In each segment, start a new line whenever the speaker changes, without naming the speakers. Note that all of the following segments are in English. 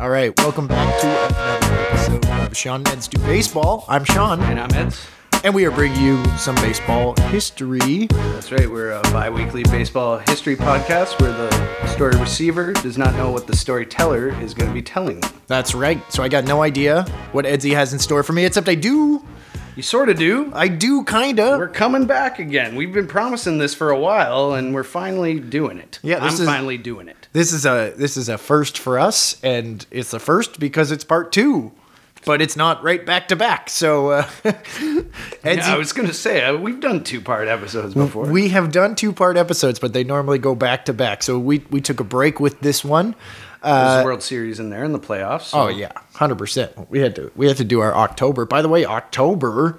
All right, welcome back to another episode of Sean Neds Do Baseball. I'm Sean,
And I'm Ed.
and we are bringing you some baseball history.
That's right. We're a bi weekly baseball history podcast where the story receiver does not know what the storyteller is going to be telling them.
That's right. So I got no idea what Edsy has in store for me, except I do.
You sort of do.
I do kind of.
We're coming back again. We've been promising this for a while, and we're finally doing it.
Yeah,
I'm
this is-
finally doing it.
This is a this is a first for us, and it's a first because it's part two, but it's not right back to back. So, uh, Edsy,
Yeah, I was going to say, uh, we've done two part episodes before.
we have done two part episodes, but they normally go back to back. So we we took a break with this one.
There's the World Series in there and the playoffs. so-
uh, Oh yeah, hundred percent. We had to we had to do our October. By the way, October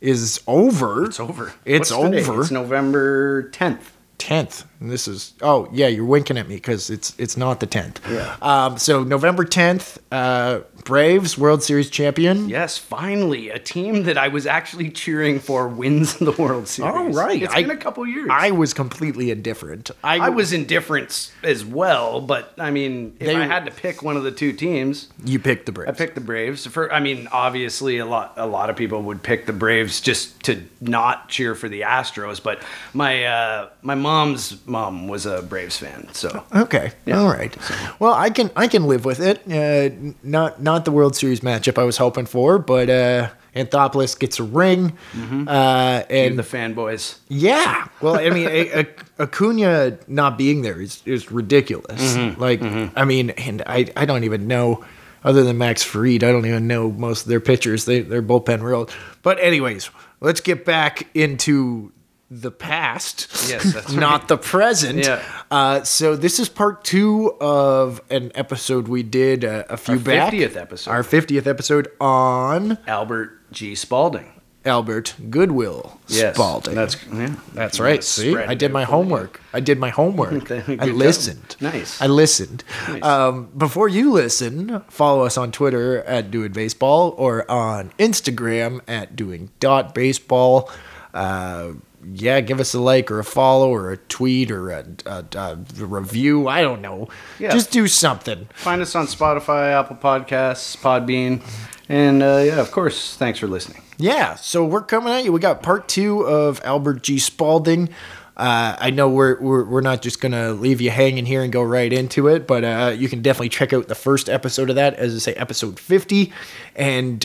is over.
Mm-hmm. It's over.
It's
What's today?
over.
It's November 10th.
tenth. And this is oh yeah, you're winking at me because it's it's not the tenth.
Yeah.
Um. So November tenth, uh, Braves World Series champion.
Yes, finally, a team that I was actually cheering for wins the World Series.
All right.
It's
I-
been a couple years.
I was completely indifferent. I,
I was indifferent as well, but I mean, if
They-
I had to pick one of the two teams,
You picked the Braves.
I picked the Braves. For I mean, obviously, a lot a lot of people would pick the Braves just to not cheer for the Astros. But my uh, my mom's mom was a Braves fan, so
Okay.
Yeah.
All right. Well, I can I can live with it. Uh, n- not not the World Series matchup I was hoping for, but uh, Anthopoulos gets a ring,
Mm-hmm.
uh, and
the fanboys.
Yeah. Well, I mean, A- A- Acuna not being there is, is ridiculous.
Mm-hmm.
Like, I mean, and I, I don't even know, other than Max Fried, I don't even know most of their pitchers. They, they're bullpen real. But, anyways, let's get back into the past.
Yes, that's right.
Not the present.
Yeah.
Uh, so, this is part two of an episode we did uh, a few
Our
back.
50th episode.
Our 50th episode on
Albert G. Spalding.
Albert Goodwill
Yes,
Spalding.
That's yeah.
That's right. See, I did my homework. I did my homework.
Good
I
job.
listened.
Nice.
I listened.
Nice.
Um, before you listen, follow us on Twitter at Doing Baseball or on Instagram at Doing Dot Baseball. Uh, yeah, give us a like or a follow or a tweet or a, a, a review. I don't know.
Yeah.
Just do something.
Find us on Spotify, Apple Podcasts, Podbean, and uh, yeah, of course. Thanks for listening.
Yeah, so we're coming at you. We got part two of Albert G. Spalding. Uh, I know we're, we're we're not just gonna leave you hanging here and go right into it, but uh, you can definitely check out the first episode of that, as I say, episode fifty. And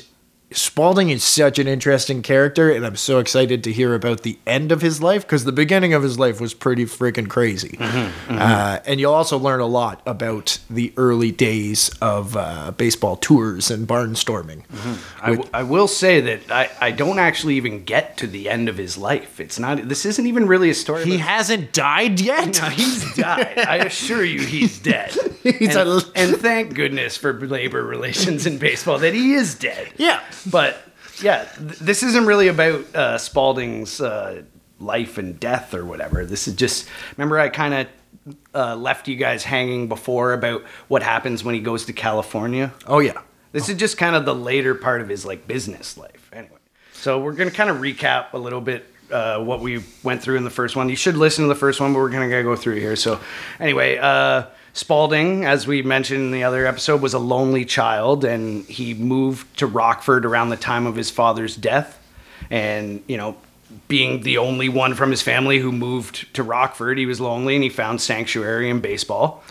Spalding is such an interesting character, and I'm so excited to hear about the end of his life because the beginning of his life was pretty freaking crazy. Uh, and you'll also learn a lot about the early days of uh, baseball tours and barnstorming.
I, w- I will say that I, I don't actually even get to the end of his life. It's not. This isn't even really a story.
He
about-
hasn't died yet.
No, he's died. I assure you, he's dead.
He's
and,
a-
and thank goodness for labor relations in baseball that he is dead.
Yeah.
But yeah, th- this isn't really about uh, Spalding's uh, life and death or whatever. This is just. Remember, I kind of. Uh, left you guys hanging before about what happens when he goes to California.
Oh yeah.
This is just kind of the later part of his like business life. Anyway, so we're gonna kind of recap a little bit uh, what we went through in the first one. You should listen to the first one, but we're gonna go through here. So anyway, uh, Spalding, as we mentioned in the other episode, was a lonely child, and he moved to Rockford around the time of his father's death, and you know. Being the only one from his family who moved to Rockford, he was lonely and he found sanctuary in baseball.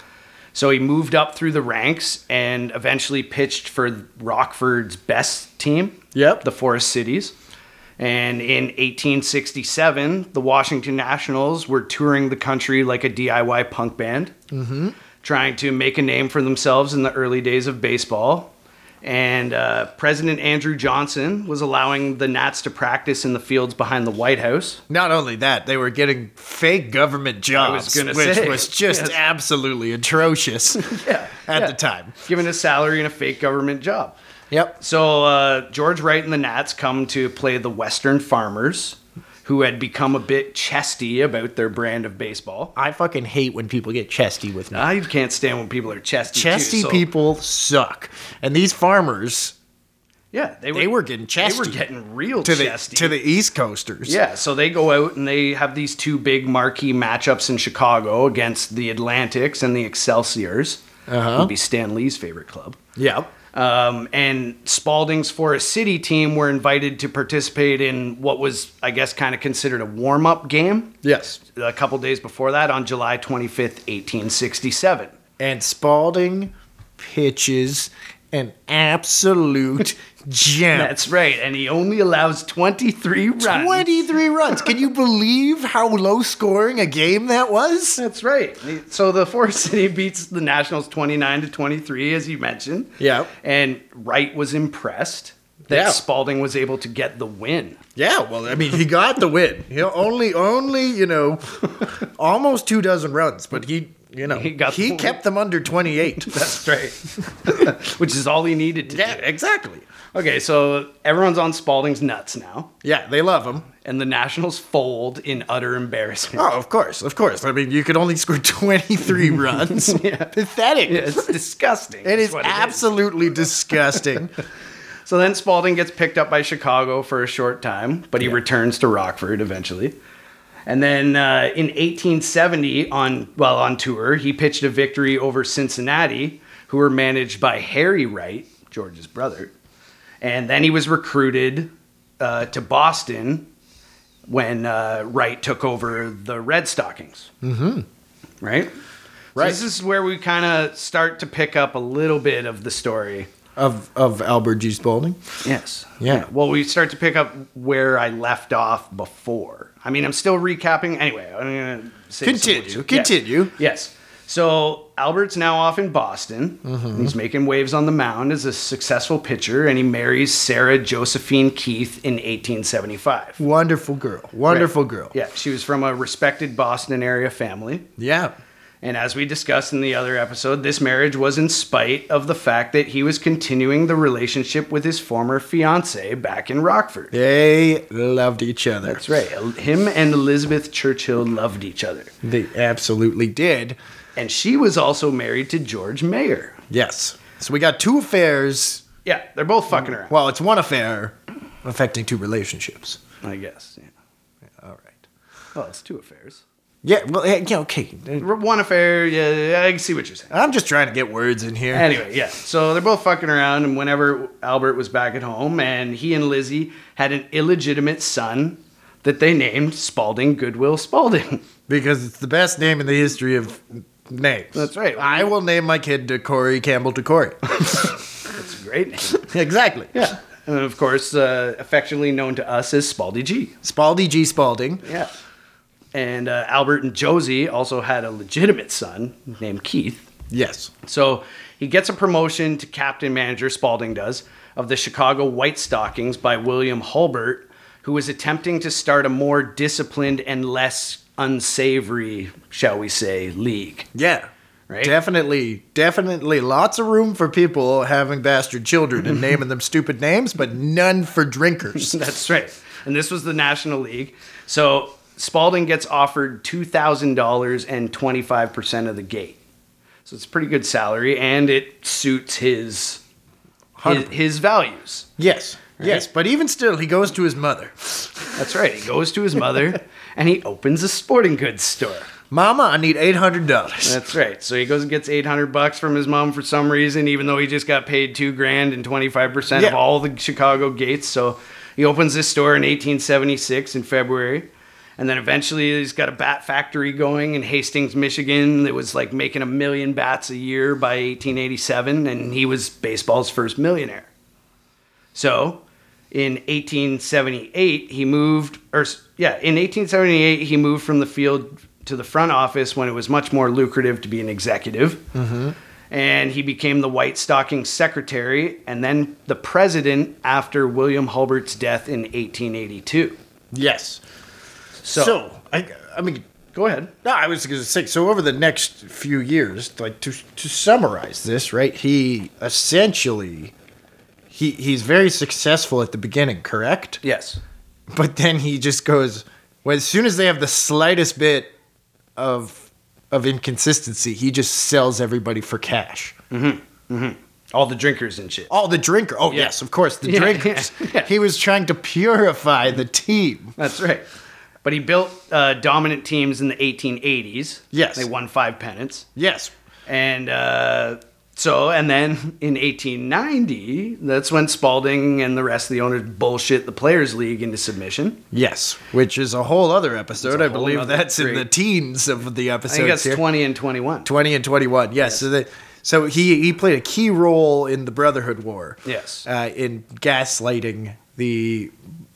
So he moved up through the ranks and eventually pitched for Rockford's best team.
Yep.
The Forest Cities. And in 1867, the Washington Nationals were touring the country like a DIY punk band, trying to make a name for themselves in the early days of baseball. And uh, President Andrew Johnson was allowing the Nats to practice in the fields behind the White House.
Not only that, they were getting fake government jobs,
gonna
which
say,
was just
yes.
absolutely atrocious at the time.
Given a salary and a fake government job.
Yep.
So uh, George Wright and the Nats come to play the Western Farmers, who had become a bit chesty about their brand of baseball.
I fucking hate when people get chesty with me.
I can't stand when people are chesty. too,
chesty
so-
people suck, and these farmers
Yeah, they were,
they were getting chesty.
They were getting real
to the
chesty
to the East Coasters.
Yeah, so they go out and they have these two big marquee matchups in Chicago against the Atlantics and the Excelsiors.
Uh-huh.
Would be Stan Lee's favorite club.
Yep.
Um, and Spalding's Forest City team were invited to participate in what was, I guess, kind of considered a warm up game
Yes.
a couple days before that on July 25th, 1867.
And Spalding pitches an absolute gem.
That's right, and he only allows 23 runs.
23 runs. Can you believe how low scoring a game that was?
That's right. So the Forest City beats the Nationals 29 to 23, as you mentioned.
Yeah.
And Wright was impressed that
Yeah.
Spalding was able to get the win.
Yeah, well, I mean, he got the win. You know, only, only, you know, almost two dozen runs, but he, you know,
He
he,
got the win.
kept them under 28.
That's right. Which is all he needed to
yeah,
do.
exactly.
Okay, so everyone's on Spalding's nuts now,
Yeah, they love him.
and the Nationals fold in utter embarrassment.
Oh, of course, of course. I mean, you could only score 23 runs. Pathetic.
Yeah, it's disgusting.
It
is
is
what
absolutely disgusting.
So then Spalding gets picked up by Chicago for a short time, but he returns to Rockford eventually. And then uh, in 1870, on well on tour, he pitched a victory over Cincinnati, who were managed by Harry Wright, George's brother. And then he was recruited uh, to Boston when uh, Wright took over the Red Stockings. Mm-hmm. Right.
Right.
So this is where we kind of start to pick up a little bit of the story.
of of Albert G. Spalding.
Yes.
Yeah.
Well, we start to pick up where I left off before. I mean, I'm still recapping. Anyway, I'm going to say
Continue, continue.
Yes. So Albert's now off in Boston.
Mm-hmm.
He's making waves on the mound as a successful pitcher, and he marries Sarah Josephine Keith in 1875.
Wonderful girl. Wonderful girl.
Yeah, she was from a respected Boston area family.
Yeah.
And as we discussed in the other episode, this marriage was in spite of the fact that he was continuing the relationship with his former fiancee back in Rockford.
They loved each other.
That's right. El- Him and Elizabeth Churchill loved each other.
They absolutely did.
And she was also married to George Mayer.
Yes. So we got two affairs.
Yeah, they're both fucking around.
Well, it's one affair affecting two relationships.
I guess. Yeah.
All right.
Well, it's two affairs.
Yeah. Well. eh, Yeah. Okay.
R- One affair, yeah, I can see what you're saying.
I'm just trying to get words in here.
Anyway, yeah. So they're both fucking around, and whenever Albert was back at home, and he and Lizzie had an illegitimate son that they named Spalding Goodwill Spalding.
because it's the best name in the history of names.
That's right.
I will name my kid DeCorey Campbell DeCorey.
That's a great name.
exactly.
Yeah. And of course, uh, affectionately known to us as Spaldy G.
Spaldy G. Spalding.
Yeah. And uh, Albert and Josie also had a legitimate son named Keith.
Yes.
So he gets a promotion to captain manager, Spalding does, of the Chicago White Stockings by William Hulbert, who was attempting to start a more disciplined and less unsavory, shall we say, league.
Yeah.
Right?
Definitely, definitely lots of room for people having bastard children and naming them stupid names, but none for drinkers.
That's right. And this was the National League. So Spalding gets offered $2,000 and 25% of the gate. So it's a pretty good salary and it suits his his,
100%.
his values.
yes. Yes, but even still, he goes to his mother.
That's right. He goes to his mother and he opens a sporting goods store.
Mama, I need eight hundred dollars.
That's right. So he goes and gets 800 bucks from his mom for some reason, even though he just got paid two grand and 25% of
Yeah.
all the Chicago gates. So he opens this store in 1876 in February. And then eventually he's got a bat factory going in Hastings, Michigan that was like making a million bats a year by 1887. And he was baseball's first millionaire. So in 1878, he moved, or s- yeah, in 1878, he moved from the field to the front office when it was much more lucrative to be an executive. And he became the White Stocking secretary and then the president after William Hulbert's death in 1882.
Yes.
So,
I, I mean,
go ahead.
no, I was going to say. So over the next few years, like to to summarize this, right? He essentially, he he's very successful at the beginning, correct?
Yes.
But then he just goes, Well, as soon as they have the slightest bit of of inconsistency, he just sells everybody for cash.
All the drinkers and shit.
All the drinker. Oh
Yeah.
yes, of course, the
Yeah,
drinkers.
yeah, yeah.
He was trying to purify the team.
That's right. But he built uh, dominant teams in the 1880s.
Yes.
They won five pennants.
Yes.
And uh, so, and then in 1890, that's when Spalding and the rest of the owners bullshit the Players League into submission.
Yes, which is a whole other episode.
a
I
whole
believe
other
that's in
great-
the teens of the episode.
I think that's 20 and 21.
20 and 21 yes, so that so he he played a key role in the brotherhood war
Yes.
uh, in gaslighting the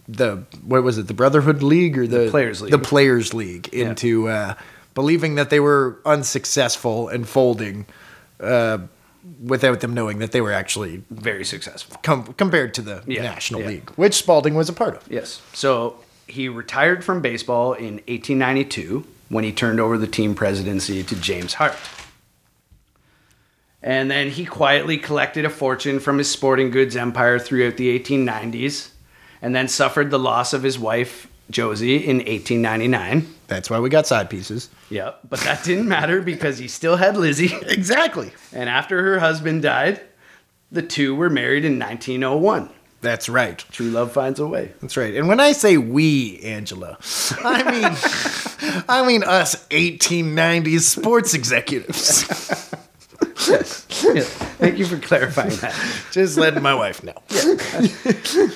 the what was it the brotherhood league or the,
Players League.
the players league into uh, believing that they were unsuccessful and folding uh, without them knowing that they were actually
Very successful.
com- compared to the
Yeah,
national
yeah.
league which spalding was a part of
Yes. So he retired from baseball in 1892 when he turned over the team presidency to James Hart. And then he quietly collected a fortune from his sporting goods empire throughout the 1890s and then suffered the loss of his wife, Josie, in 1899.
that's why we got side pieces
Yeah, but that didn't matter because he still had Lizzie.
exactly
And after her husband died, the two were married in 1901.
that's right
True love finds a way.
That's right. And when I say we, Angela, I mean I mean us 1890s sports executives.
Yes. yes. Thank you for clarifying that.
Just letting my wife know.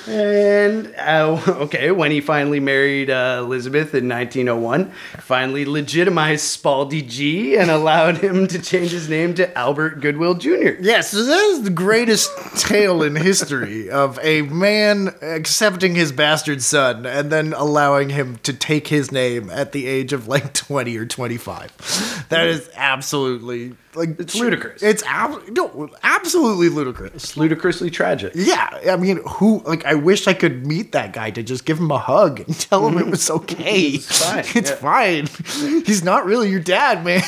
And uh, okay, when he finally married uh, Elizabeth in 1901, finally legitimized Spaldy G and allowed him to change his name to Albert Goodwill Jr.
Yes, so that is the greatest tale in history of a man accepting his bastard son and then allowing him to take his name at the age of like 20 or 25. That is absolutely like
It's ludicrous.
It's ab- no, absolutely ludicrous.
It's ludicrously tragic.
Yeah, I mean, who? Like, I wish I could meet that guy to just give him a hug and tell him it was okay.
It's fine,
It's
yeah.
fine. He's not really your dad, man.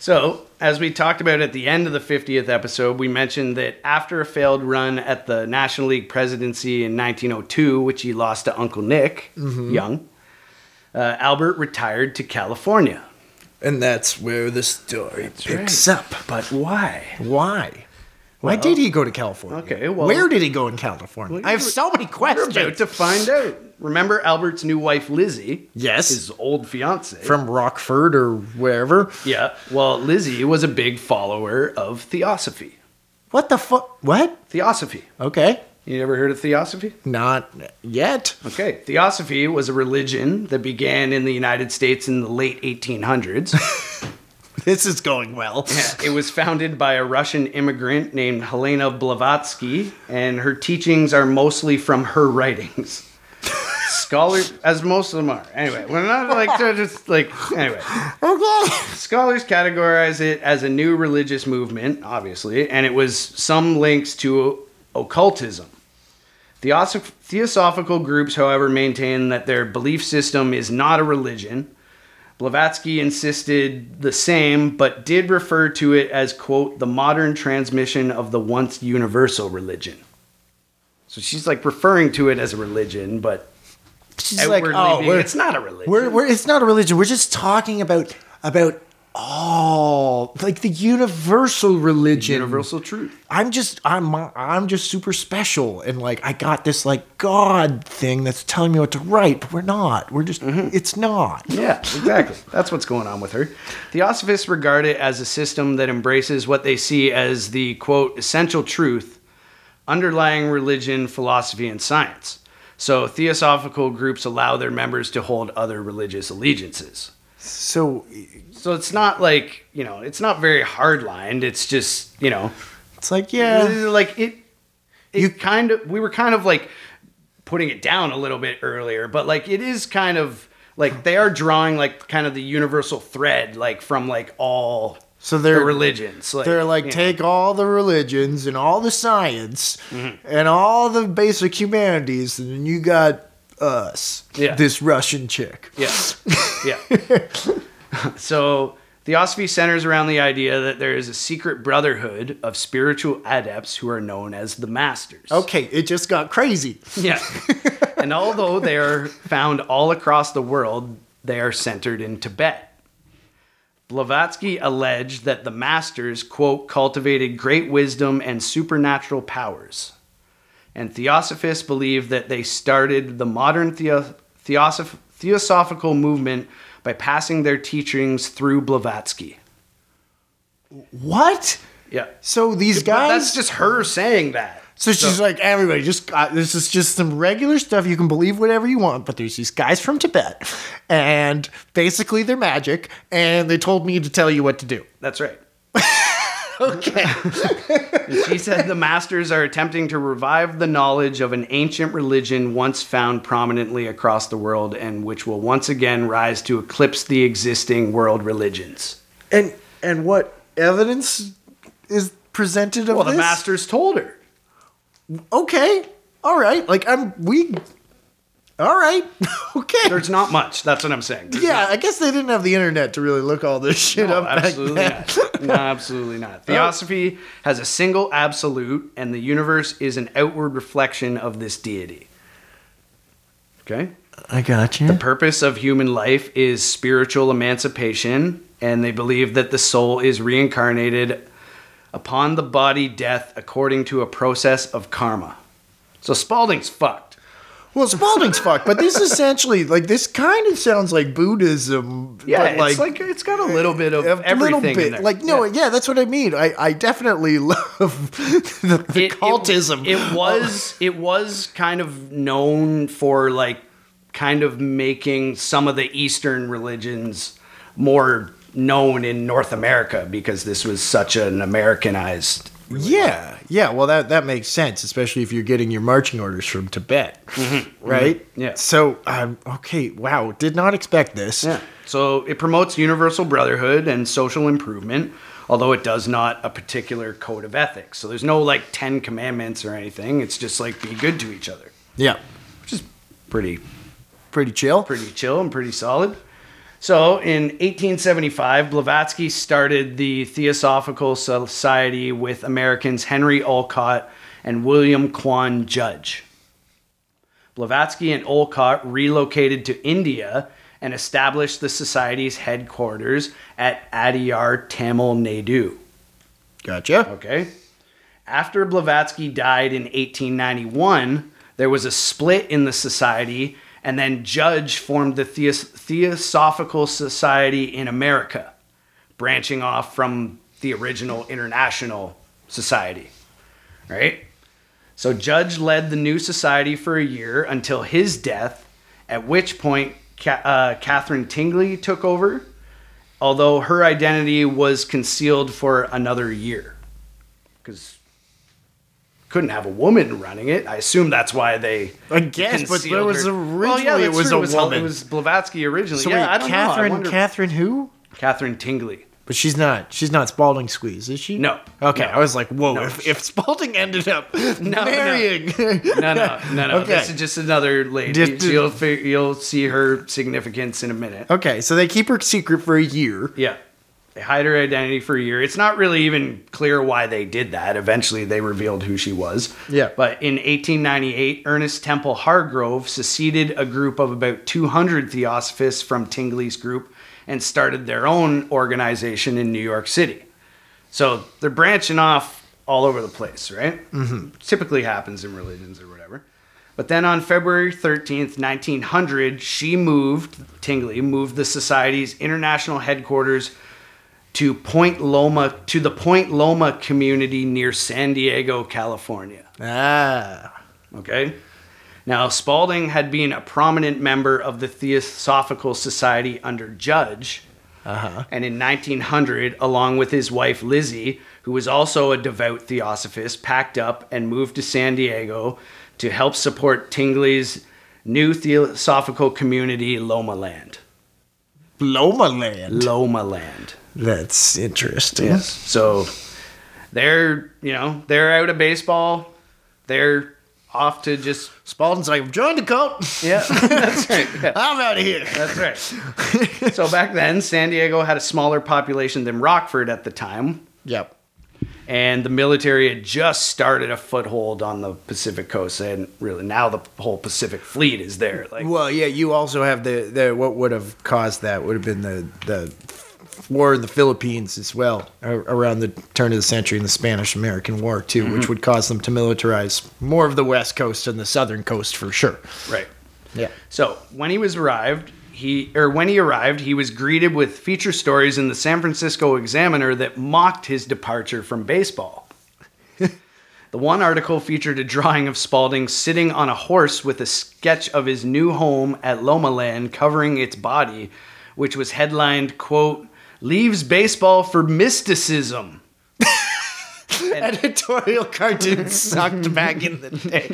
So, as we talked about at the end of the 50th episode, we mentioned that after a failed run at the National League presidency in 1902, which he lost to Uncle Nick Young, uh, Albert retired to California.
and that's where the story
picks
up.
But why?
Why? Why did he go to California?
okay, well-
where did he go in California? I have
you're-
so many
We're about
questions.
to find out. Remember Albert's new wife, Lizzie?
Yes.
His old fiance.
From Rockford or wherever.
yeah. Well, Lizzie was a big follower of theosophy.
What the fuck? What?
Theosophy.
Okay,
You ever heard of theosophy?
not yet.
Okay. Theosophy was a religion that began in the United States in the late 1800s.
This is going well.
it was founded by a Russian immigrant named Helena Blavatsky, and her teachings are mostly from her writings. Scholars, as most of them are. Anyway, we're not like to just like anyway.
Okay.
Scholars categorize it as a new religious movement, obviously, and it was some links to occultism. Theosoph- theosophical groups, however, maintain that their belief system is not a religion. Blavatsky insisted the same, but did refer to it as, quote, the modern transmission of the once universal religion. So she's like referring to it as a religion, but
She's like,
outwardly
oh,
being,
we're-
it's not a religion.
We're, we're it's not a religion. We're just talking about about all like the universal religion.
universal truth.
I'm just I'm I'm just super special and like I got this like God thing that's telling me what to write, but we're not. We're just
Mm-hmm.
it's not.
Yeah, exactly. That's what's going on with her. Theosophists regard it as a system that embraces what they see as the quote essential truth underlying religion, philosophy, and science. So theosophical groups allow their members to hold other religious allegiances.
So
So it's not like, you know, it's not very hard lined. It's just, you know,
it's like yeah,
like it, it
You-
you kind of we were kind of like putting it down a little bit earlier but like it is kind of like they are drawing like kind of the universal thread like from like all
So they're-
the religions like,
they're like
you know.
take all the religions and all the science
Mm-hmm.
and all the basic humanities, and then you got us,
Yeah.
this Russian chick.
Yes. Yeah. so theosophy centers around the idea that there is a secret brotherhood of spiritual adepts who are known as the masters
Okay, it just got crazy.
Yeah. and although they are found all across the world, they are centered in Tibet. Blavatsky alleged that the masters, quote, cultivated great wisdom and supernatural powers. And theosophists believe that they started the modern theo- theosoph- theosophical movement by passing their teachings through Blavatsky.
What?
Yeah.
So these
But
guys.
that's just her saying that.
so she's like, everybody, just uh, this is just some regular stuff. You can believe whatever you want, but there's these guys from Tibet, and basically they're magic, and they told me to tell you what to do.
That's right.
Okay.
She said the masters are attempting to revive the knowledge of an ancient religion once found prominently across the world and which will once again rise to eclipse the existing world religions.
and and what evidence is presented of
Well, the
this?
masters told her.
okay, all right. Like I'm we. All right, okay.
There's not much. That's what I'm saying. There's
yeah, I guess they didn't have the internet to really look all this shit
No,
up. back
absolutely
then.
not. No, absolutely not. Theosophy has a single absolute, and the universe is an outward reflection of this deity. Okay?
I got you.
purpose of human life is spiritual emancipation, and they believe that the soul is reincarnated upon the body death according to a process of karma. So Spalding's fucked.
Well, Spalding's fucked, but this essentially like this kind of sounds like Buddhism.
Yeah,
but
it's like it's got a little bit of
a
everything
little
in
bit.
there.
Like no, yeah. that's what I mean. I, I definitely love the, the
It- it-
cultism.
It, was it was kind of known for like kind of making some of the Eastern religions more known in North America because this was such an Americanized
yeah, yeah. Well, that that makes sense, especially if you're getting your marching orders from Tibet, right?
Mm-hmm, Yeah.
So, um, okay, wow, did not expect this.
Yeah. So it promotes universal brotherhood and social improvement, although it does not a particular code of ethics. So there's no like 10 commandments or anything. It's just like be good to each other,
Yeah.
which is pretty
Pretty chill.
pretty chill and pretty solid. So in 1875, Blavatsky started the Theosophical Society with Americans Henry Olcott and William Quan Judge. Blavatsky and Olcott relocated to India and established the society's headquarters at Adiyar Tamil Nadu.
Gotcha.
Okay. After Blavatsky died in 1891, there was a split in the society, and then Judge formed the Theos- Theosophical Society in America, branching off from the original International Society. Right? So Judge led the new society for a year until his death, at which point Ca- uh, Catherine Tingley took over, although her identity was concealed for another year because couldn't have a woman running it. I assume that's why they.
I guess, but
concealed
there was
her.
originally
Well, yeah,
it
that's
was
true.
a woman.
It was Blavatsky originally.
so
yeah,
wait,
I don't
Catherine,
know. I wonder-
Catherine, who?
Catherine Tingley.
But she's not. She's not Spalding Squeeze, is she?
No.
Okay,
No.
I was like, whoa.
No.
If, if Spalding ended up
no.
marrying,
No, no, no, no.
Okay.
This is just another lady.
Just-
you'll fi- you'll see her significance in a minute.
okay, so they keep her secret for a year.
Yeah. They hide her identity for a year. It's not really even clear why they did that. Eventually, they revealed who she was.
Yeah.
But in 1898, Ernest Temple Hargrove seceded a group of about 200 theosophists from Tingley's group and started their own organization in New York City. So they're branching off all over the place, right? Mm-hmm. Typically happens in religions or whatever. But then on February 13th, 1900, she moved, Tingley moved the society's international headquarters to Point Loma, to the Point Loma community near San Diego, California.
Ah,
Okay. Now, Spalding had been a prominent member of the Theosophical Society under Judge.
uh-huh.
And in 1900, along with his wife Lizzie, who was also a devout theosophist, packed up and moved to San Diego to help support Tingley's new theosophical community, Loma Land.
Loma Land.
Loma Land.
That's interesting.
So they're, you know, they're out of baseball. They're off to just.
Spalding's like, I've joined the cult.
Yeah, that's right. Yeah.
I'm out of here.
That's right. so back then, San Diego had a smaller population than Rockford at the time,
Yep.
and the military had just started a foothold on the Pacific coast. And really, now the whole Pacific Fleet is there. Like,
Well, yeah, you also have the, the what would have caused that would have been the the war in the Philippines as well a- around the turn of the century in the Spanish American War too, which would cause them to militarize more of the west coast and the southern coast for sure.
right.
Yeah.
So when he was arrived, he or when he arrived, he was greeted with feature stories in the San Francisco Examiner that mocked his departure from baseball. the one article featured a drawing of Spalding sitting on a horse with a sketch of his new home at Loma Land covering its body, which was headlined, quote, Leaves baseball for mysticism.
Editorial cartoon sucked back in the day.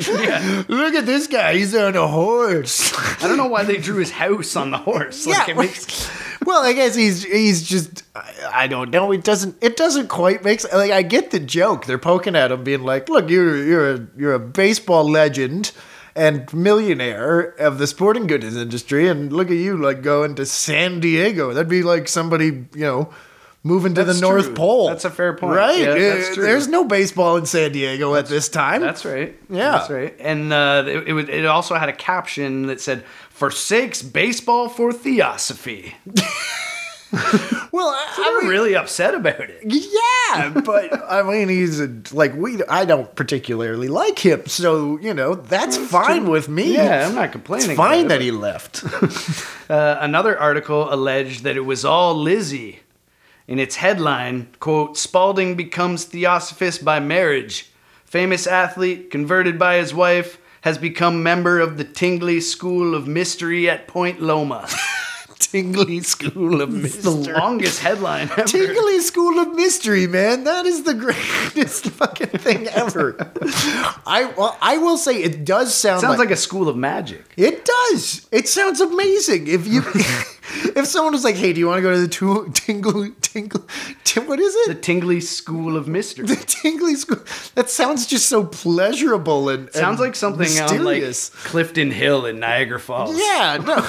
Look at this guy; he's on a horse.
I don't know why they drew his house on the horse. Like, it makes-
well, I guess he's he's just I, I don't know. It doesn't it doesn't quite make sense. Like I get the joke. They're poking at him, being like, "Look, you're you're a, you're a baseball legend." And millionaire of the sporting goods industry, and look at you like going to San Diego. That'd be like somebody, you know, moving to
That's
the North
true.
Pole.
That's a fair point.
right?
Yeah,
Uh,
that's true.
There's no baseball in San Diego at this time.
That's right.
Yeah.
that's right. And uh, it, it, was- it also had a caption that said "forsakes baseball for theosophy."
well, I,
I was really upset about it.
Yeah, but I mean, he's a, like we. I don't particularly like him, so you know that's fine with me.
Yeah, I'm not complaining.
It's fine
about
that
it.
he left.
Uh, another article alleged that it was all Lizzie. In its headline, quote, Spalding becomes theosophist by marriage. Famous athlete, converted by his wife, has become member of the Tingley School of Mystery at Point Loma.
Tingley School of
It's the
Mystery.
longest headline ever.
Tingley School of Mystery, man. That is the greatest fucking thing ever. I well, I will say it does sound
Sounds
like
like a school of magic.
It does. It sounds amazing. If you, if someone was like, "Hey, do you want to go to the tu- tingle tingle? T- what is
the
it?
Tingley School of Mystery.
The tingly school." That sounds just so pleasurable and
Sounds
and
like something
mysterious.
on like Clifton Hill in Niagara Falls.
um, yeah, no.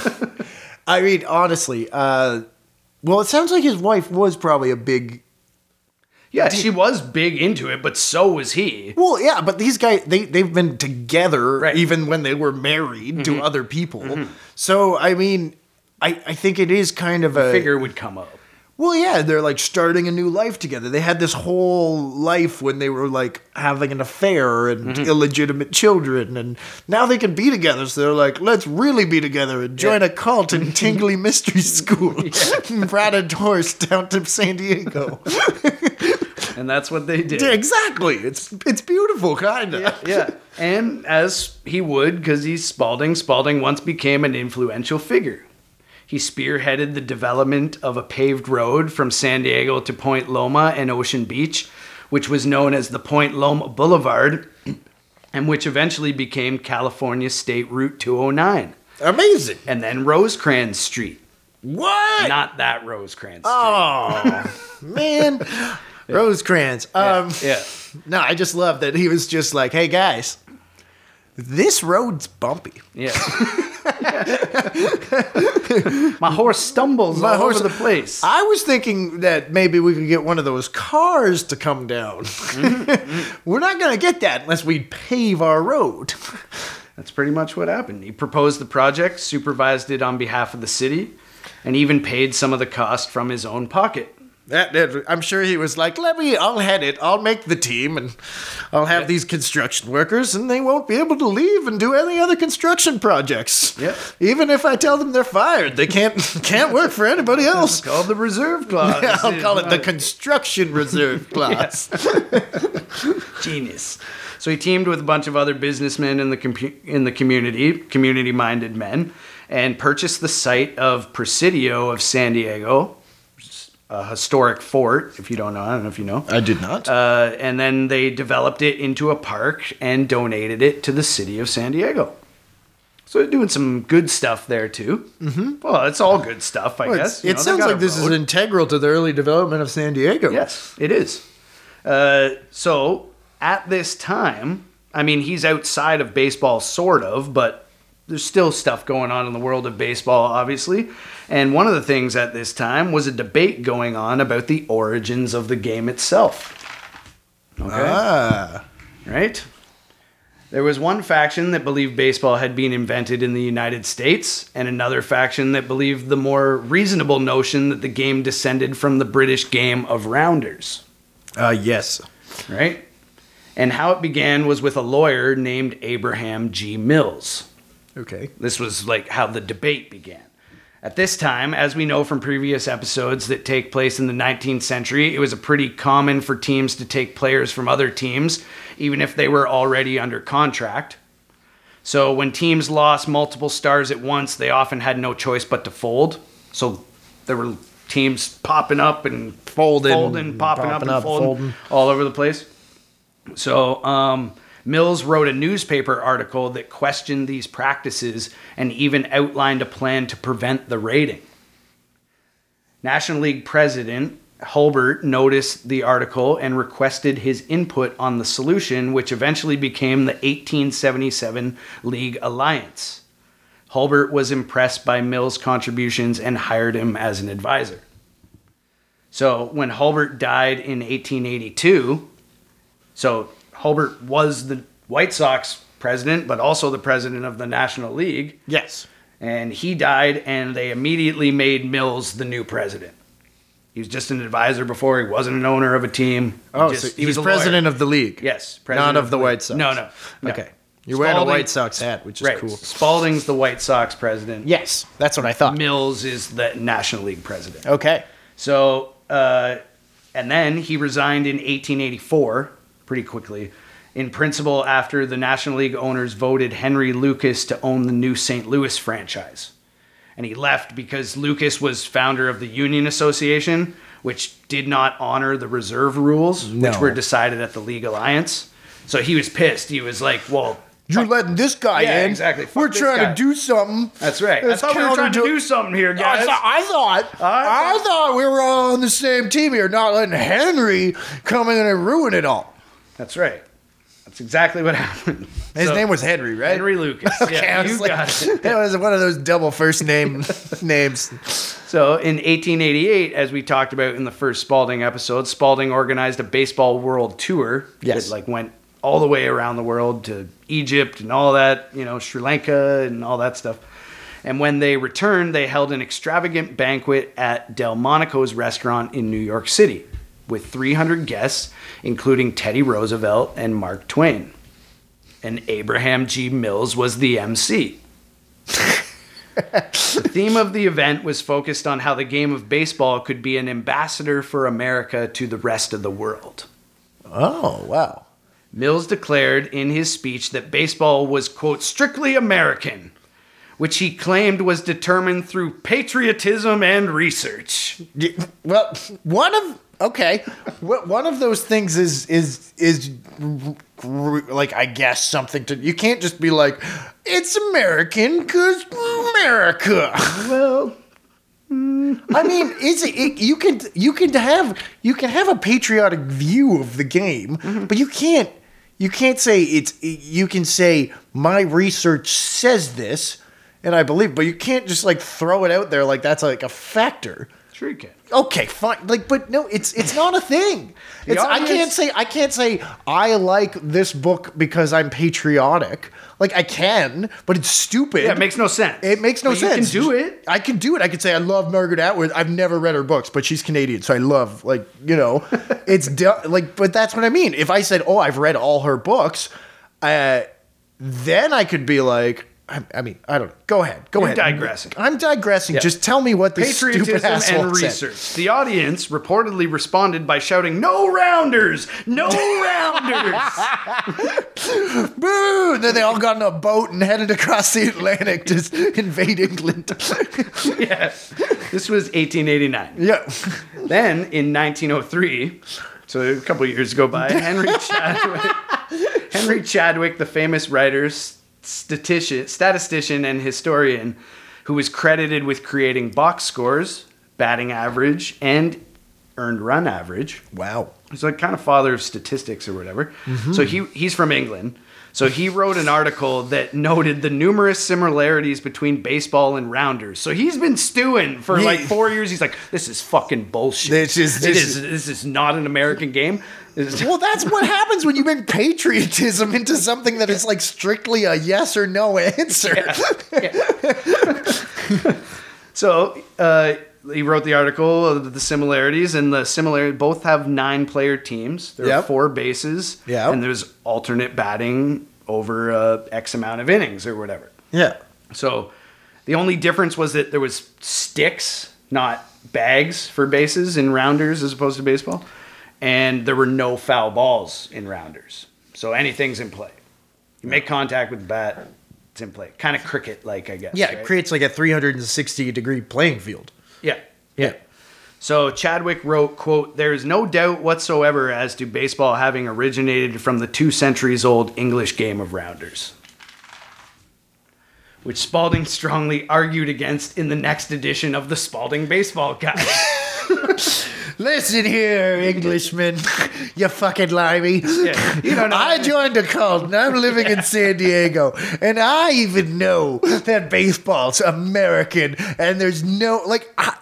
I mean, honestly, uh, well, it sounds like his wife was probably a big.
yeah. She was big into it, but so was he.
Well, yeah, but these guys they they've been together
Right.
even when they were married to other people. So I mean, I I think it is kind of a
Figure would come up.
Well, yeah, they're like starting a new life together. They had this whole life when they were like having an affair and
Mm-hmm.
illegitimate children, and now they can be together. So they're like, let's really be together and join a cult in Tingley Mystery School, and ride a horse down to San Diego.
And that's what they did.
Yeah, exactly, it's it's beautiful, kinda.
Yeah. And as he would, because he's Spalding, Spalding once became an influential figure. He spearheaded the development of a paved road from San Diego to Point Loma and Ocean Beach, which was known as the Point Loma Boulevard, and which eventually became California State Route 209.
amazing.
and then Rosecrans Street.
What?
Not that Rosecrans. Street.
oh man, Rosecrans. Um,
yeah.
No, I just love that he was just like, "Hey guys, this road's bumpy.
Yeah. My horse stumbles all
horse-
over the place.
I was thinking that maybe we could get one of those cars to come down. We're not gonna get that unless we pave our road.
That's pretty much what happened. He proposed the project, supervised it on behalf of the city, and even paid some of the cost from his own pocket.
That, that- I'm sure he was like, "Let me, I'll head it. I'll make the team, and I'll have these construction workers, and they won't be able to leave and do any other construction projects.
Yep.
Even if I tell them they're fired, they can't can't work for anybody else."
It's called the reserve clause.
I'll call it the construction reserve class.
genius. So he teamed with a bunch of other businessmen in the compu in the community, community-minded men, and purchased the site of Presidio of San Diego, which is a historic fort. If you don't know, I don't know if you know.
I did not.
Uh, and then they developed it into a park and donated it to the city of San Diego. So they're doing some good stuff there too. Mm-hmm. Well, it's all good stuff, I
It's-
guess. You
it
know, they
sounds
got a
like this is
road.
integral to the early development of San Diego.
Yes, it is. Uh, so at this time, I mean, he's outside of baseball, sort of, but there's still stuff going on in the world of baseball, obviously. And one of the things at this time was a debate going on about the origins of the game itself. Okay.
Ah,
right? There was one faction that believed baseball had been invented in the United States, and another faction that believed the more reasonable notion that the game descended from the British game of rounders,
uh, yes.
right? And how it began was with a lawyer named Abraham G. Mills.
Okay.
This was like how the debate began. At this time, as we know from previous episodes that take place in the 19th century, it was a pretty common for teams to take players from other teams, even if they were already under contract. So when teams lost multiple stars at once, they often had no choice but to fold. So there were teams popping up and
Folding,
folding, popping up,
popping
and
up,
folding,
folding.
all over the place. So um, Mills wrote a newspaper article that questioned these practices and even outlined a plan to prevent the raiding. National League president Holbert noticed the article and requested his input on the solution, which eventually became the 1877 League Alliance. Holbert was impressed by Mill's contributions and hired him as an advisor. So when Hulbert died in 1882, so Hulbert was the White Sox president, but also the president of the National League,
Yes.
and he died, and they immediately made Mills the new president. He was just an advisor before; he wasn't an owner of a team.
Oh,
just-
so he was
a lawyer.
president of the league.
Yes,
Not
president
of the
league.
White Sox.
No, no, no.
Okay. You're wearing a
Spalding-
White Sox hat, which is
right.
cool.
Spalding's the White Sox president.
Yes, that's what I thought.
Uh, Mills is the National League president.
Okay.
So, uh, and then he resigned in 1884, pretty quickly, in principle after the National League owners voted Henry Lucas to own the new St. Louis franchise. And he left because Lucas was founder of the Union Association, which did not honor the reserve rules,
No.
which were decided at the League Alliance. So he was pissed. He was like, well,
You're letting this guy
Yeah,
in.
exactly. Fuck
We're
this
trying to
guy.
do something.
that's right. I
That's
thought we were trying to
counterdu-
do Oh, something here,
I
guys.
thought, I thought,
I-
I thought we were all on the same team here, not letting Henry come in and ruin it all.
That's right. That's exactly what happened.
His
So-
name was Henry, right?
Henry Lucas.
Okay, I
yeah,
was
you
like-
got it.
That was one of those double first name names.
So in 1888, as we talked about in the first Spalding episode, Spalding organized a baseball world tour
Yes.
that like went all the way around the world to Egypt and all that, you know, Sri Lanka and all that stuff. And when they returned, they held an extravagant banquet at Delmonico's restaurant in New York City with 300 guests, including Teddy Roosevelt and Mark Twain. And Abraham G. Mills was the MC. The theme of the event was focused on how the game of baseball could be an ambassador for America to the rest of the world.
Oh, wow.
Mills declared in his speech that baseball was, quote, strictly American, which he claimed was determined through patriotism and research.
Y- Well, one of okay, Wh- one of those things is is is r- r- like I guess something to you can't just be like it's American cuz America.
Well,
I mean, is it, it you can you can have you can have a patriotic view of the game, but you can't you can't say it's you can say my research says this and I believe, but you can't just like throw it out there like that's like a factor.
sure you can.
Okay, fine. Like, but no, it's it's not a thing. It's, I can't
audience-
say I can't say I like this book because I'm patriotic. Like I can, but it's stupid.
Yeah, it makes no sense.
It makes no
But
sense.
You can do it.
I can do it. I could say I love Margaret Atwood. I've never read her books, but she's Canadian, so I love like you know, it's du- like. But that's what I mean. If I said, "Oh, I've read all her books," uh, then I could be like, I, I mean, I don't know. Go ahead. Go
You're
ahead.
digressing.
I'm digressing. Just tell me what this stupid
Patriotism
asshole
and
said.
research. The audience reportedly responded by shouting, No rounders! No rounders!
Boo! And then they all got in a boat and headed across the Atlantic to invade England.
yeah. This was 1889.
yeah.
Then in 1903, so a couple years go by, Henry Chadwick, Henry Chadwick, the famous writer, statistician, statistician, and historian, who was credited with creating box scores, batting average, and earned run average.
Wow.
He's like kind of father of statistics or whatever. So he he's from England. So he wrote an article that noted the numerous similarities between baseball and rounders. So he's been stewing for
Yeah.
like four years. He's like, this is fucking bullshit.
This is-
It
this-
is- this is not an American game. This is-
Well, that's what happens when you bring patriotism into something that is like strictly a yes or no answer.
So uh, he wrote the article of the similarities, and the similar both have nine player teams. There
Yep.
are four bases,
Yep.
and there's alternate batting over uh, X amount of innings or whatever.
yeah.
So the only difference was that there was sticks, not bags for bases in rounders as opposed to baseball. And there were no foul balls in rounders. So anything's in play. You make contact with the bat, it's in play. Kind of cricket like, I guess.
Yeah, it
right?
creates like a 360 degree playing field.
Yeah.
Yeah.
So Chadwick wrote, quote, There is no doubt whatsoever as to baseball having originated from the two centuries old English game of rounders. Which Spalding strongly argued against in the next edition of the Spalding Baseball Guide.
Listen here, Englishman, you fucking limey.
Yeah, you don't know.
I joined a cult and I'm living in San Diego. And I even know that baseball's American and there's no, like, I,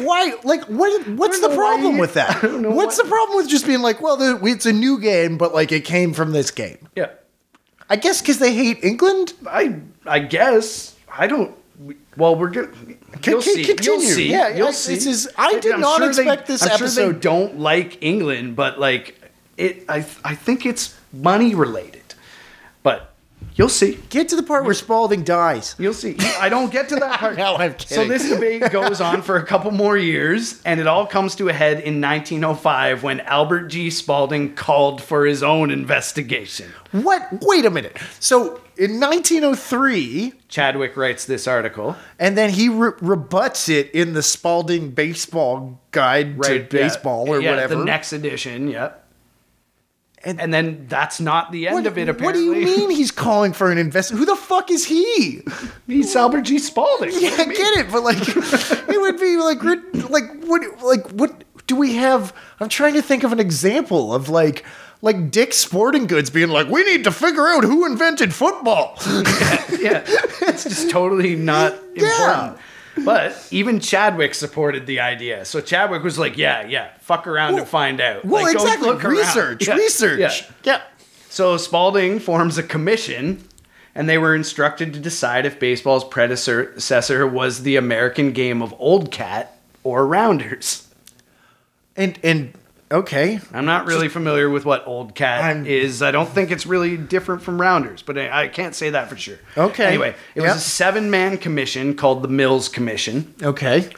why, like, what, what's the
know why
problem
you-
with that?
I don't know
What's
why-
the problem with just being like, well, the, it's a new game, but like it came from this game?
yeah.
I guess because they hate England?
I I guess. I don't well, we're good. You'll
con-
see. You'll
continue.
see.
Yeah,
you'll
I-
see.
this is- I did not
they-
expect this
I'm Sure they
episode-
don't like England, but like it. I I think it's money related. But you'll see.
Get to the part where Spalding dies.
You'll see. I don't get to that part.
No, I'm
So
kidding.
this debate goes on for a couple more years, and it all comes to a head in 1905 when Albert G. Spalding called for his own investigation.
What? Wait a minute. So in 1903,
Chadwick writes this article.
and then he re- rebuts it in the Spalding Baseball Guide
Right,
to
yeah.
Baseball or
Yeah,
whatever.
The next edition, yep.
And-
And, then that's not the end
what,
of it.
what do
Apparently,
you mean he's calling for an invest? Who the fuck is he?
He's Albert G. Spalding.
Yeah, I get it, but like, it would be like, rid- like what, like what do we have? I'm trying to think of an example of like, like Dick Sporting Goods being like, we need to figure out who invented football.
yeah, it's just totally not important.
Yeah.
But even Chadwick supported the idea. So Chadwick was like, "Yeah, yeah, fuck around
Well-
and find out."
Well,
Like, go
exactly.
look around.
Research,
Yeah,
research.
yeah.
Yeah.
So Spalding forms a commission, and they were instructed to decide if baseball's predecessor was the American game of old cat or rounders.
And and okay,
I'm not really familiar with what old cat
I'm-
is. I don't think it's really different from rounders, but I, I can't say that for sure.
Okay.
Anyway, it
Yep.
was a seven-man commission called the Mills Commission.
okay.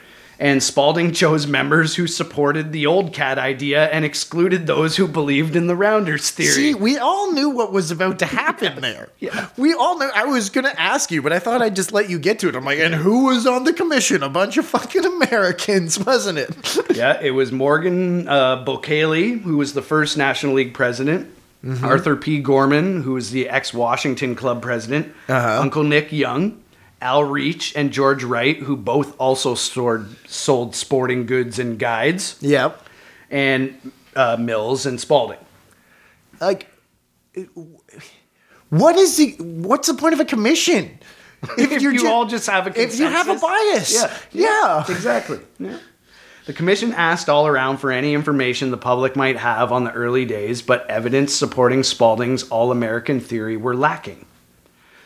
And Spalding chose members who supported the old cat idea and excluded those who believed in the rounders theory.
See, we all knew what was about to happen there.
Yeah.
We all knew. I was going to ask you, but I thought I'd just let you get to it. I'm like, and who was on the commission? A bunch of fucking Americans, wasn't it?
yeah, it was Morgan uh, Bocaley, who was the first National League president, Arthur P. Gorman, who was the ex Washington Club president,
Uh-huh.
Uncle Nick Young, Al Reach, and George Wright, who both also stored, sold sporting goods and guides,
yep.
and uh, Mills and Spalding.
Like, it- what is the what's the point of a commission?
If, you
ju-
all just have a
if you have a bias,
consensus. Yeah.
yeah.
Exactly. Yeah. The commission asked all around for any information the public might have on the early days, but evidence supporting Spalding's all American theory were lacking.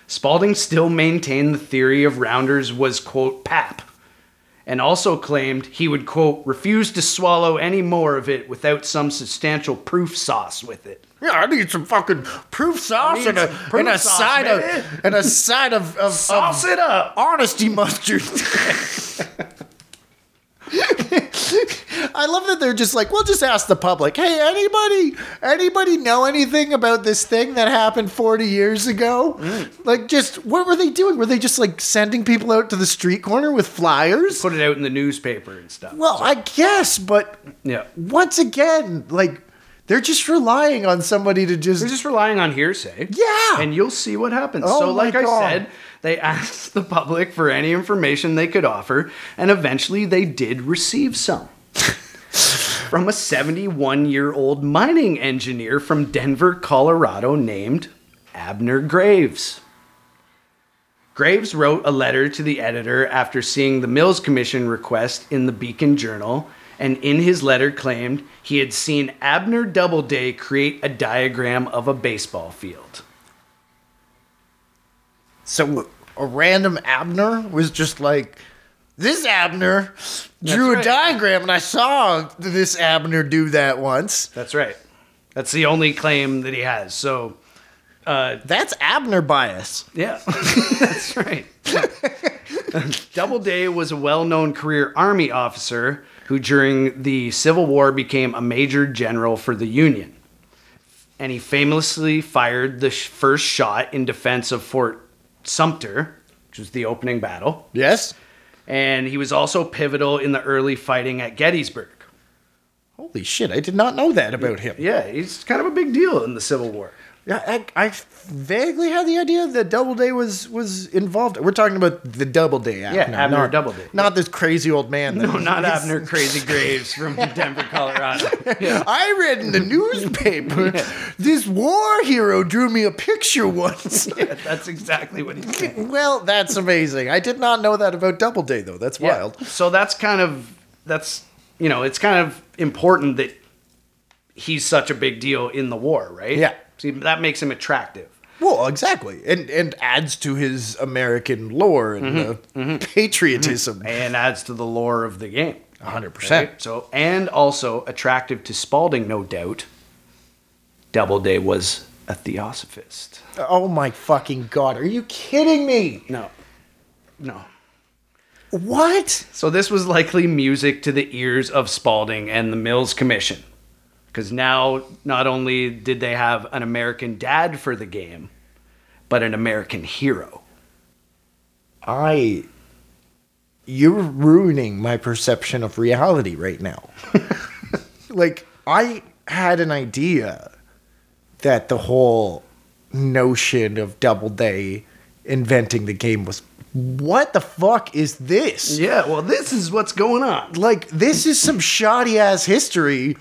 Spalding still maintained the theory of Rounders was, quote, pap, and also claimed he would, quote, refuse to swallow any more of it without some substantial proof sauce with it.
Yeah, I need some fucking proof sauce
need
and a,
some proof
and a
sauce,
side
baby.
of and a side of, of, of
Sauce it up!
honesty mustard. I love that they're just like, we'll just ask the public. Hey, anybody, anybody know anything about this thing that happened 40 years ago? Like, just what were they doing? Were they just like sending people out to the street corner with flyers?
Put it out in the newspaper and stuff.
Well, I guess, but
yeah.
once again, like they're just relying on somebody to just.
They're just relying on hearsay.
Yeah.
And you'll see what happens.
Oh
so,
my
like
God.
I said, they asked the public for any information they could offer, and eventually they did receive some. from a 71 year old mining engineer from Denver, Colorado named Abner Graves. Graves wrote a letter to the editor after seeing the Mills Commission request in the Beacon Journal, and in his letter claimed he had seen Abner Doubleday create a diagram of a baseball field.
So a random Abner was just like, this Abner drew
right.
a diagram, and I saw this Abner do that once.
That's right. That's the only claim that he has. So, uh,
That's Abner bias.
Yeah, that's right. Doubleday was a well known career Army officer who, during the Civil War, became a major general for the Union. And he famously fired the sh- first shot in defense of Fort Sumter, which was the opening battle.
Yes.
And he was also pivotal in the early fighting at Gettysburg.
Holy shit! I did not know that about him.
Yeah, he's kind of a big deal in the Civil War.
Yeah, I, I vaguely had the idea that Doubleday was was involved. We're talking about the Doubleday app.
Yeah,
now,
Abner
not,
Doubleday.
Not this crazy old man. that-
No, not Abner Crazy Graves from Denver, Colorado. Yeah.
I read in the newspaper this war hero drew me a picture once.
yeah, that's exactly what he's saying.
well, that's amazing. I did not know that about Doubleday though. That's
Yeah.
wild.
So that's kind of that's you know it's kind of important that he's such a big deal in the war, right?
Yeah.
See, that makes him attractive.
Well, exactly, and and adds to his American lore and uh, patriotism.
and adds to the lore of the game.
100%.
So and also attractive to Spalding, no doubt. Doubleday was a theosophist.
Oh my fucking god! Are you kidding me?
No. No.
What?
So this was likely music to the ears of Spalding and the Mills Commission. Because now not only did they have an American dad for the game, but an American hero.
I. You're ruining my perception of reality right now. like, I had an idea that the whole notion of Doubleday inventing the game was what the fuck is this?
Yeah, well, this is what's going on.
Like, this is some shoddy ass history.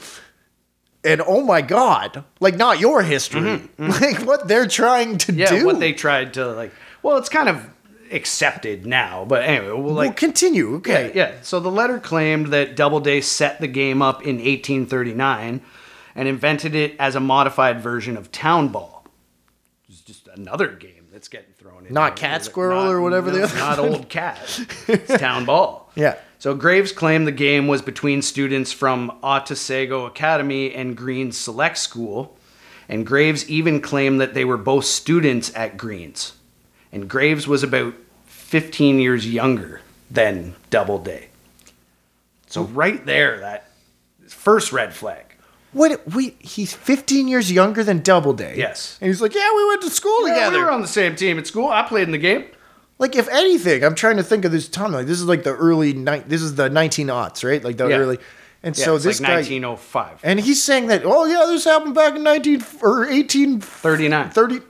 And oh my god, like, not your history. Like, what they're trying to
Mm-hmm, Yeah,
do.
what they tried to like. Well, it's kind of accepted now, but anyway, we'll
Well,
like.
continue. Okay.
Yeah, yeah. So the letter claimed that Doubleday set the game up in 1839 and invented it as a modified version of Town Ball. It's just another game that's getting thrown in.
Not
there.
Cat Squirrel or whatever the
no,
other
Not old cat. It's Town Ball.
Yeah.
So Graves claimed the game was between students from Otsego Academy and Green's Select School, and Graves even claimed that they were both students at Green's. And Graves was about 15 years younger than Doubleday. So right there, that first red flag.
What? Wait, he's 15 years younger than Doubleday.
Yes.
And he's like, yeah, we went to school
Yeah, we
together.
were on the same team at school. I played in the game.
like, if anything, I'm trying to think of this time. Like, this is like the early night. This is the 19 aughts, right? Like the
Yeah.
early. And
Yeah,
so
it's
this
like
guy.
1905.
And he's saying that, oh yeah, this happened back in 19 or 1830.
39.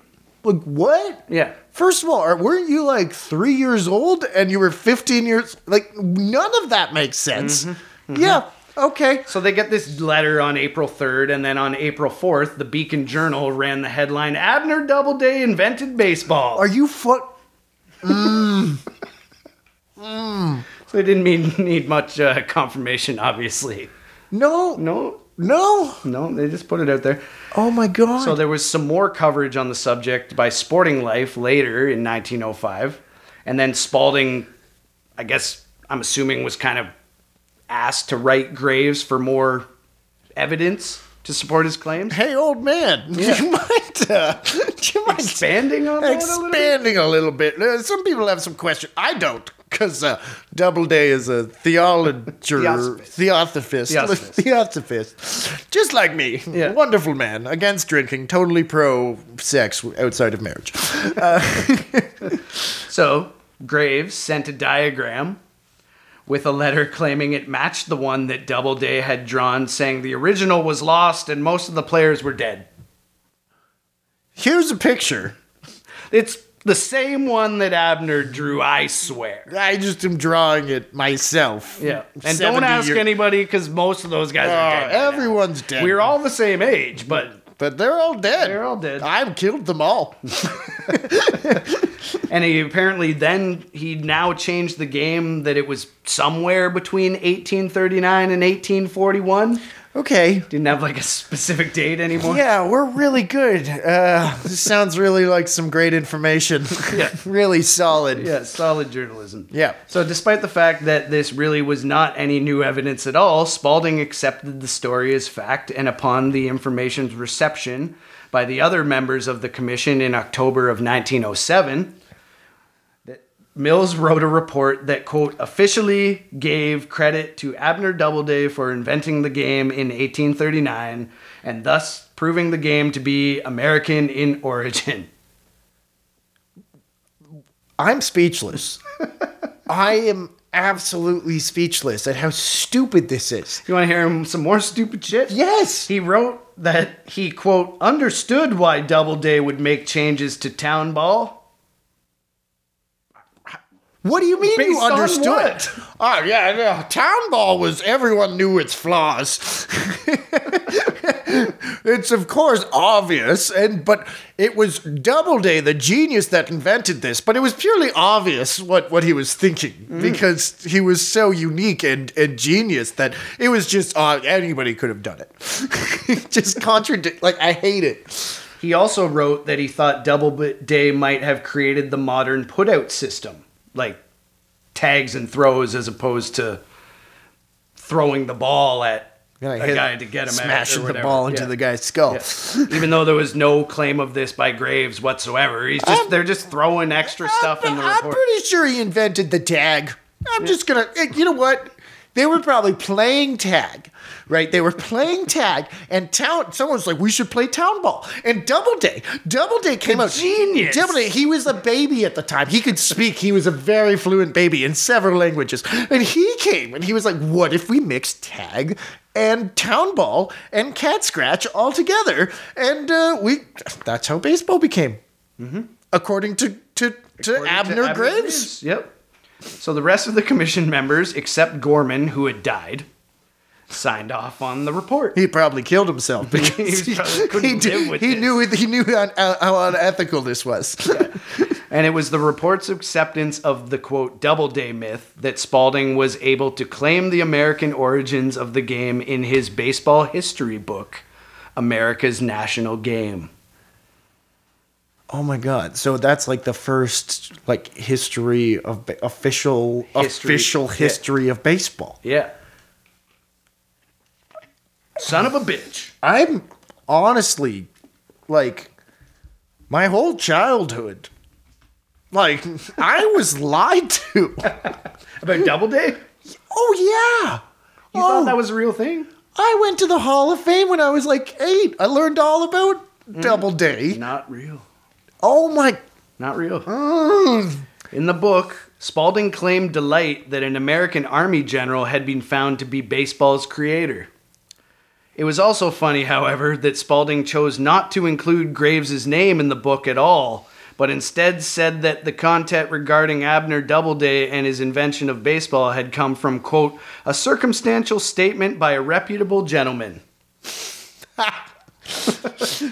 Like what?
Yeah.
First of all, are- weren't you like three years old and you were 15 years? Like none of that makes sense.
Mm-hmm.
Yeah. Okay.
So they get this letter on April 3rd, and then on April 4th, the Beacon Journal ran the headline Abner Doubleday invented baseball.
Are you fuck?
so they didn't mean, need much uh, confirmation, obviously.
No.
No,
No.
no, they just put it out there.
Oh my god.
So there was some more coverage on the subject by Sporting Life later in 1905. And then Spalding, I guess, I'm assuming, was kind of asked to write Graves for more evidence to support his claims.
hey, old man, you might, uh, you might
Expanding on that a little bit?
expanding a little bit. Uh, some people have some questions. I don't, because uh, Doubleday is a theologer, theosophist,
Theosophist.
theosophist, just like me.
Yeah.
Wonderful man, against drinking, totally pro sex outside of marriage.
So Graves sent a diagram with a letter claiming it matched the one that Doubleday had drawn, saying the original was lost and most of the players were dead.
Here's a picture.
It's the same one that Abner drew, I swear.
I just am drawing it myself.
Yeah. And
70
don't ask
year-
anybody because most of those guys
Oh,
are dead. by now.
everyone's dead.
We're all the same age, but
But they're all dead.
They're all dead.
I've killed them all.
And he apparently then he now changed the game that it was somewhere between 1839 and 1841.
okay.
Didn't have like a specific date anymore.
Yeah, we're really good. Uh, this sounds really like some great information.
Yeah.
really solid.
Yeah, solid journalism.
Yeah.
So, despite the fact that this really was not any new evidence at all, Spalding accepted the story as fact, and upon the information's reception by the other members of the commission in October of 1907, that Mills wrote a report that, quote, officially gave credit to Abner Doubleday for inventing the game in 1839 and thus proving the game to be American in origin.
I'm speechless. I am absolutely speechless at how stupid this is.
You want to hear him some more stupid shit?
Yes.
He wrote that he, quote, understood why Doubleday would make changes to Town Ball.
What do you mean you
Based on
understood?
what?
Oh yeah, yeah, town ball was everyone knew its flaws. it's of course obvious, and but it was Doubleday, the genius that invented this. But it was purely obvious what what he was thinking
Mm.
because he was so unique and and genius that it was just uh, anybody could have done it. just contradict. Like I hate it.
He also wrote that he thought Doubleday might have created the modern put-out system, like tags and throws as opposed to throwing the ball at
Yeah, I
a
hit-
guy to get him at, or
smashing the
whatever.
ball into
Yeah.
the guy's skull.
Even though there was no claim of this by Graves whatsoever, he's just they're just throwing extra stuff in the
I'm
report.
pretty sure he invented the tag. I'm just gonna, eh, you know what? They were probably playing tag, right? They were playing tag, and town. Someone's like, "We should play town ball." And Doubleday, Doubleday came out.
Genius.
Doubleday. He was a baby at the time. He could speak. He was a very fluent baby in several languages. And he came and he was like, "What if we mix tag and town ball and cat scratch all together?" And uh, we. That's how baseball became according to to, to Abner
According to
Graves.
Yep. So the rest of the commission members, except Gorman, who had died, signed off on the report.
He probably killed himself because
He probably couldn't
he, did-
live with
he
this.
knew he knew how, how unethical this was.
And it was the report's acceptance of the quote Doubleday myth that Spalding was able to claim the American origins of the game in his baseball history book, America's National Game.
oh my god! So that's like the first like history of ba- official
History.
official
Yeah.
history of baseball.
Yeah. Son of a bitch.
I'm honestly like my whole childhood. Like I was lied to.
About Doubleday?
Oh yeah.
You
Oh.
thought that was a real thing?
I went to the Hall of Fame when I was like eight. I learned all about
Mm.
Doubleday.
Not real.
Oh my!
Not real. In the book, Spalding claimed delight that an American Army general had been found to be baseball's creator. It was also funny, however, that Spalding chose not to include Graves' name in the book at all, but instead said that the content regarding Abner Doubleday and his invention of baseball had come from, quote, a circumstantial statement by a reputable gentleman.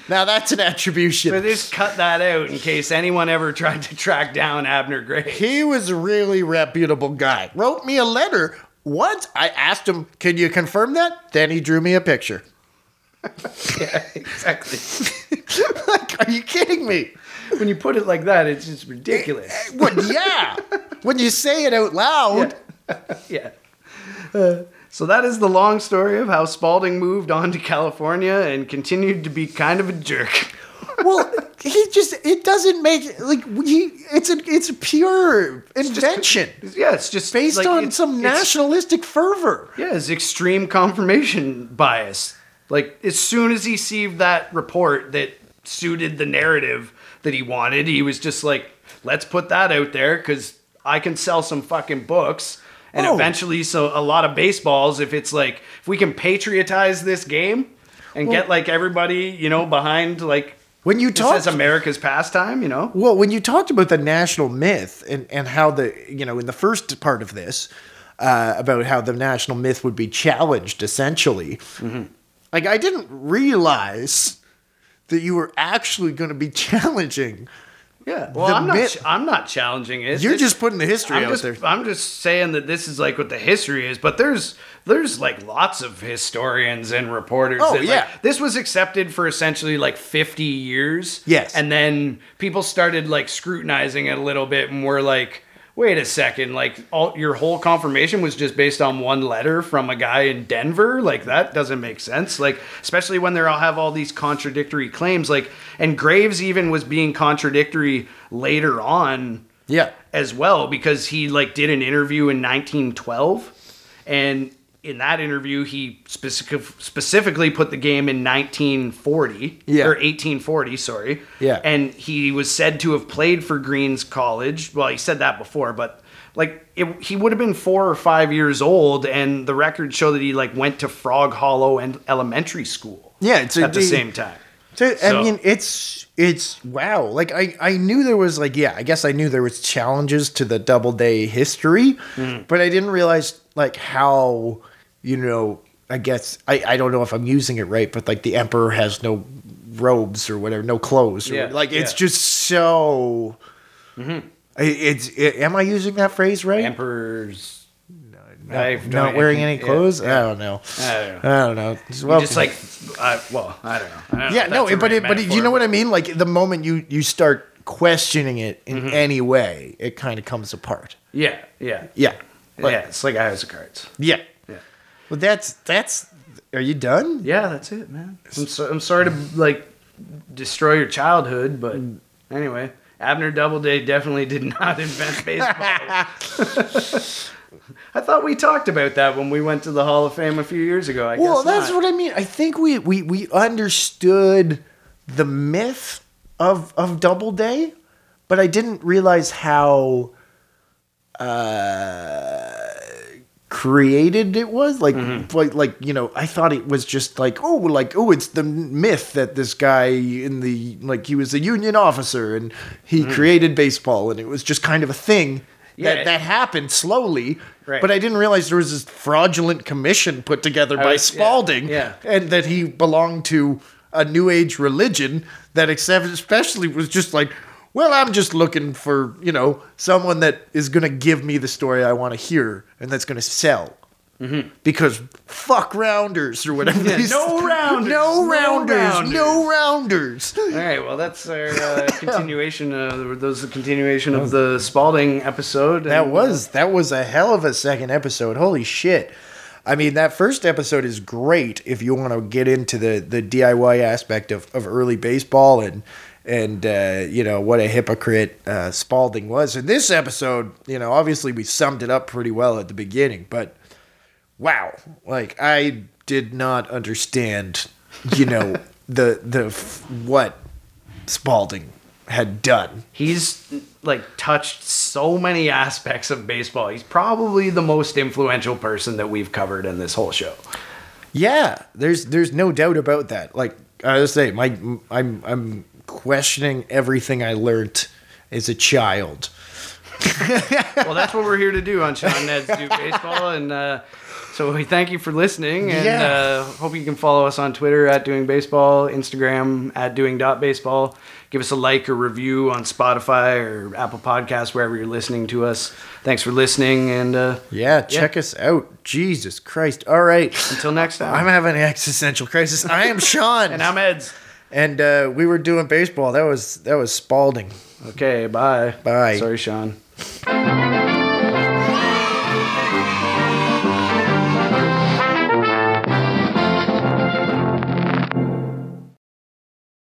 Now that's an
But
attribution.
just cut that out in case anyone ever tried to track down Abner Graves.
He was a really reputable guy. Wrote me a letter once. I asked him, "Can you confirm that?" Then he drew me a picture.
exactly.
like, are you kidding me?
when you put it like that, it's just ridiculous.
What? Yeah. when you say it out loud,
yeah. Uh, so that is the long story of how Spalding moved on to California and continued to be kind of a jerk.
well, he just—it doesn't make like he—it's a—it's a pure invention
Yeah, it's just
based
like,
on
it's-
some
it's-
nationalistic fervor.
Yeah, it's extreme confirmation bias. Like as soon as he received that report that suited the narrative that he wanted, he was just like, "Let's put that out there because I can sell some fucking books." And
Oh.
eventually, so a lot of baseballs. If it's like, if we can patriotize this game and get like everybody, you know, behind like
When you
this
talk
as America's pastime, you know,
Well, when you talked about the national myth and, and how the, you know, in the first part of this, uh, about how the national
Mm-hmm.
myth would be challenged essentially, like I didn't realize that you were actually going to be challenging.
Yeah. Well,
The
I'm not.
myth-
ch- I'm not challenging it.
You're
It's-
just putting the history
I'm
out
just,
there.
I'm just saying that this is like what the history is, but there's there's like lots of historians and reporters.
Oh,
that, like,
yeah.
this was accepted for essentially like 50 years.
Yes.
and then people started like scrutinizing it a little bit, and were like, wait a second, like all your whole confirmation was just based on one letter from a guy in Denver. Like that doesn't make sense. Like especially when they all have all these contradictory claims. Like and Graves even was being contradictory later on
Yeah.
as well because he like did an interview in 1912 and in that interview he specific, specifically put the game in 1940
Yeah.
or 1840 sorry
Yeah.
and he was said to have played for Green's college well he said that before but like it, he would have been four or five years old and the records show that he like went to Frog Hollow and elementary school
Yeah, it's a-
at the
the-
same time
So, I
So-
mean, it's it's wow. Like I I knew there was like yeah, I guess I knew there was challenges to the Doubleday history,
Hmm.
but I didn't realize like how you know. I guess I I don't know if I'm using it right, but like the emperor has no robes or whatever, no clothes. Or,
Yeah,
like it's
yeah. Mm-hmm.
just so. I- It's it, am I using that phrase right?
emperor's
not, not wearing any clothes. I don't know.
I don't
I don't know. Well,
just like, I, well, I don't know. I don't know
yeah
if
no
that's a
it, but
right
it, but it, you know
metaphor,
what i mean like the moment you you start questioning it
Mm-hmm.
in any way it kind of comes apart
Yeah, yeah,
yeah Like,
yeah. It's like a house of cards.
yeah
Yeah,
well that's that's are you done
yeah. That's it, man. I'm, so, I'm sorry to like destroy your childhood, but anyway, Abner Doubleday definitely did not invent baseball. I thought we talked about that when we went to the Hall of Fame a few years ago. I
well
guess
that's
not.
what i mean i think we we we understood the myth of of doubleday but i didn't realize how uh, created it was like
Mm-hmm.
like like you know i thought it was just like oh like oh it's the myth that this guy in the like he was a union officer and he created baseball and it was just kind of a thing
Mm-hmm. Yeah.
that that happened slowly
Right.
but i didn't realize there was this fraudulent commission put together by
was- yeah,
spalding
yeah.
and that he belonged to a new age religion that except especially was just like well i'm just looking for you know someone that is going to give me the story i want to hear and that's going to sell because fuck rounders or whatever
Mm-hmm. Yeah,
these-
no rounders,
no
no
rounders
rounders.
no rounders
All right, well, that's our uh, continuation. Uh, those the continuation of the Spalding episode.
that
and,
was that was a hell of a second episode holy shit i mean that first episode is great if you want to get into the the diy aspect of, of early baseball and and uh, you know what a hypocrite uh, spalding was in this episode you know obviously we summed it up pretty well at the beginning but wow like i did not understand you know the the f- what spalding had done
he's like touched so many aspects of baseball. He's probably the most influential person that we've covered in this whole show.
Yeah, there's there's no doubt about that. Like I was saying, my I'm I'm questioning everything I learnt as a child.
Well, that's what we're here to do on Sean Ned's Do Baseball, and uh, so we thank you for listening, and
Yeah.
uh, hope you can follow us on Twitter at Doing Baseball, Instagram at Doing Dot Baseball. Give us a like or review on Spotify or Apple Podcasts, wherever you're listening to us. Thanks for listening, and uh,
Yeah, check us out. Jesus Christ! All right,
until next time,
I'm having an existential crisis. I am Sean,
and I'm Ed's.
and uh, we were doing baseball. That was that was Spalding.
Okay, bye.
Bye.
Sorry, Sean.